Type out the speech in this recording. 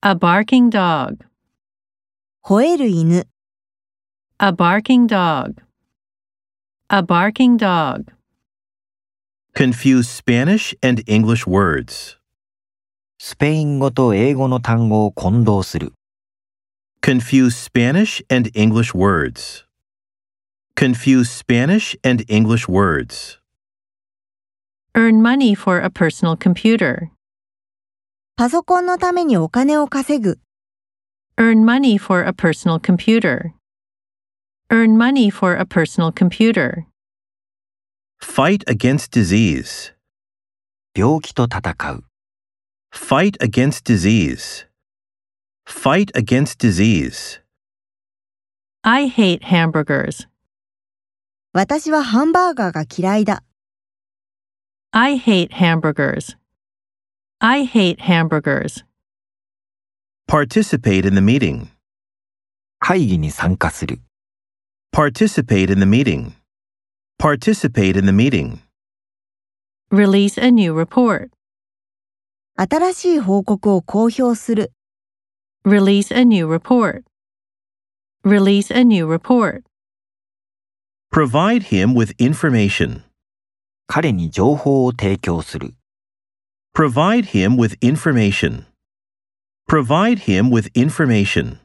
A barking dog. 吠える犬、 A barking dog. A barking dog. Confuse Spanish and English words. スペイン語と英語の単語を混同する。 Confuse Spanish and English words. Confuse Spanish and English words. Earn money for a personal computer. パソコンのためにお金を稼ぐ、 Earn money for a personal computer. Earn money for a personal computer. Fight against disease. 病気と戦う。 Fight against disease. Fight against disease. I hate hamburgers. 私はハンバーガーが嫌いだ、 I hate hamburgers. I hate hamburgers. Participate in the meeting. 会議に参加する。 Participate in the meeting. Participate in the meeting. Release a new report. 新しい報告を公表する、 Release a new report. Release a new report. Provide him with information. 彼に情報を提供する。 Provide him with information. Provide him with information.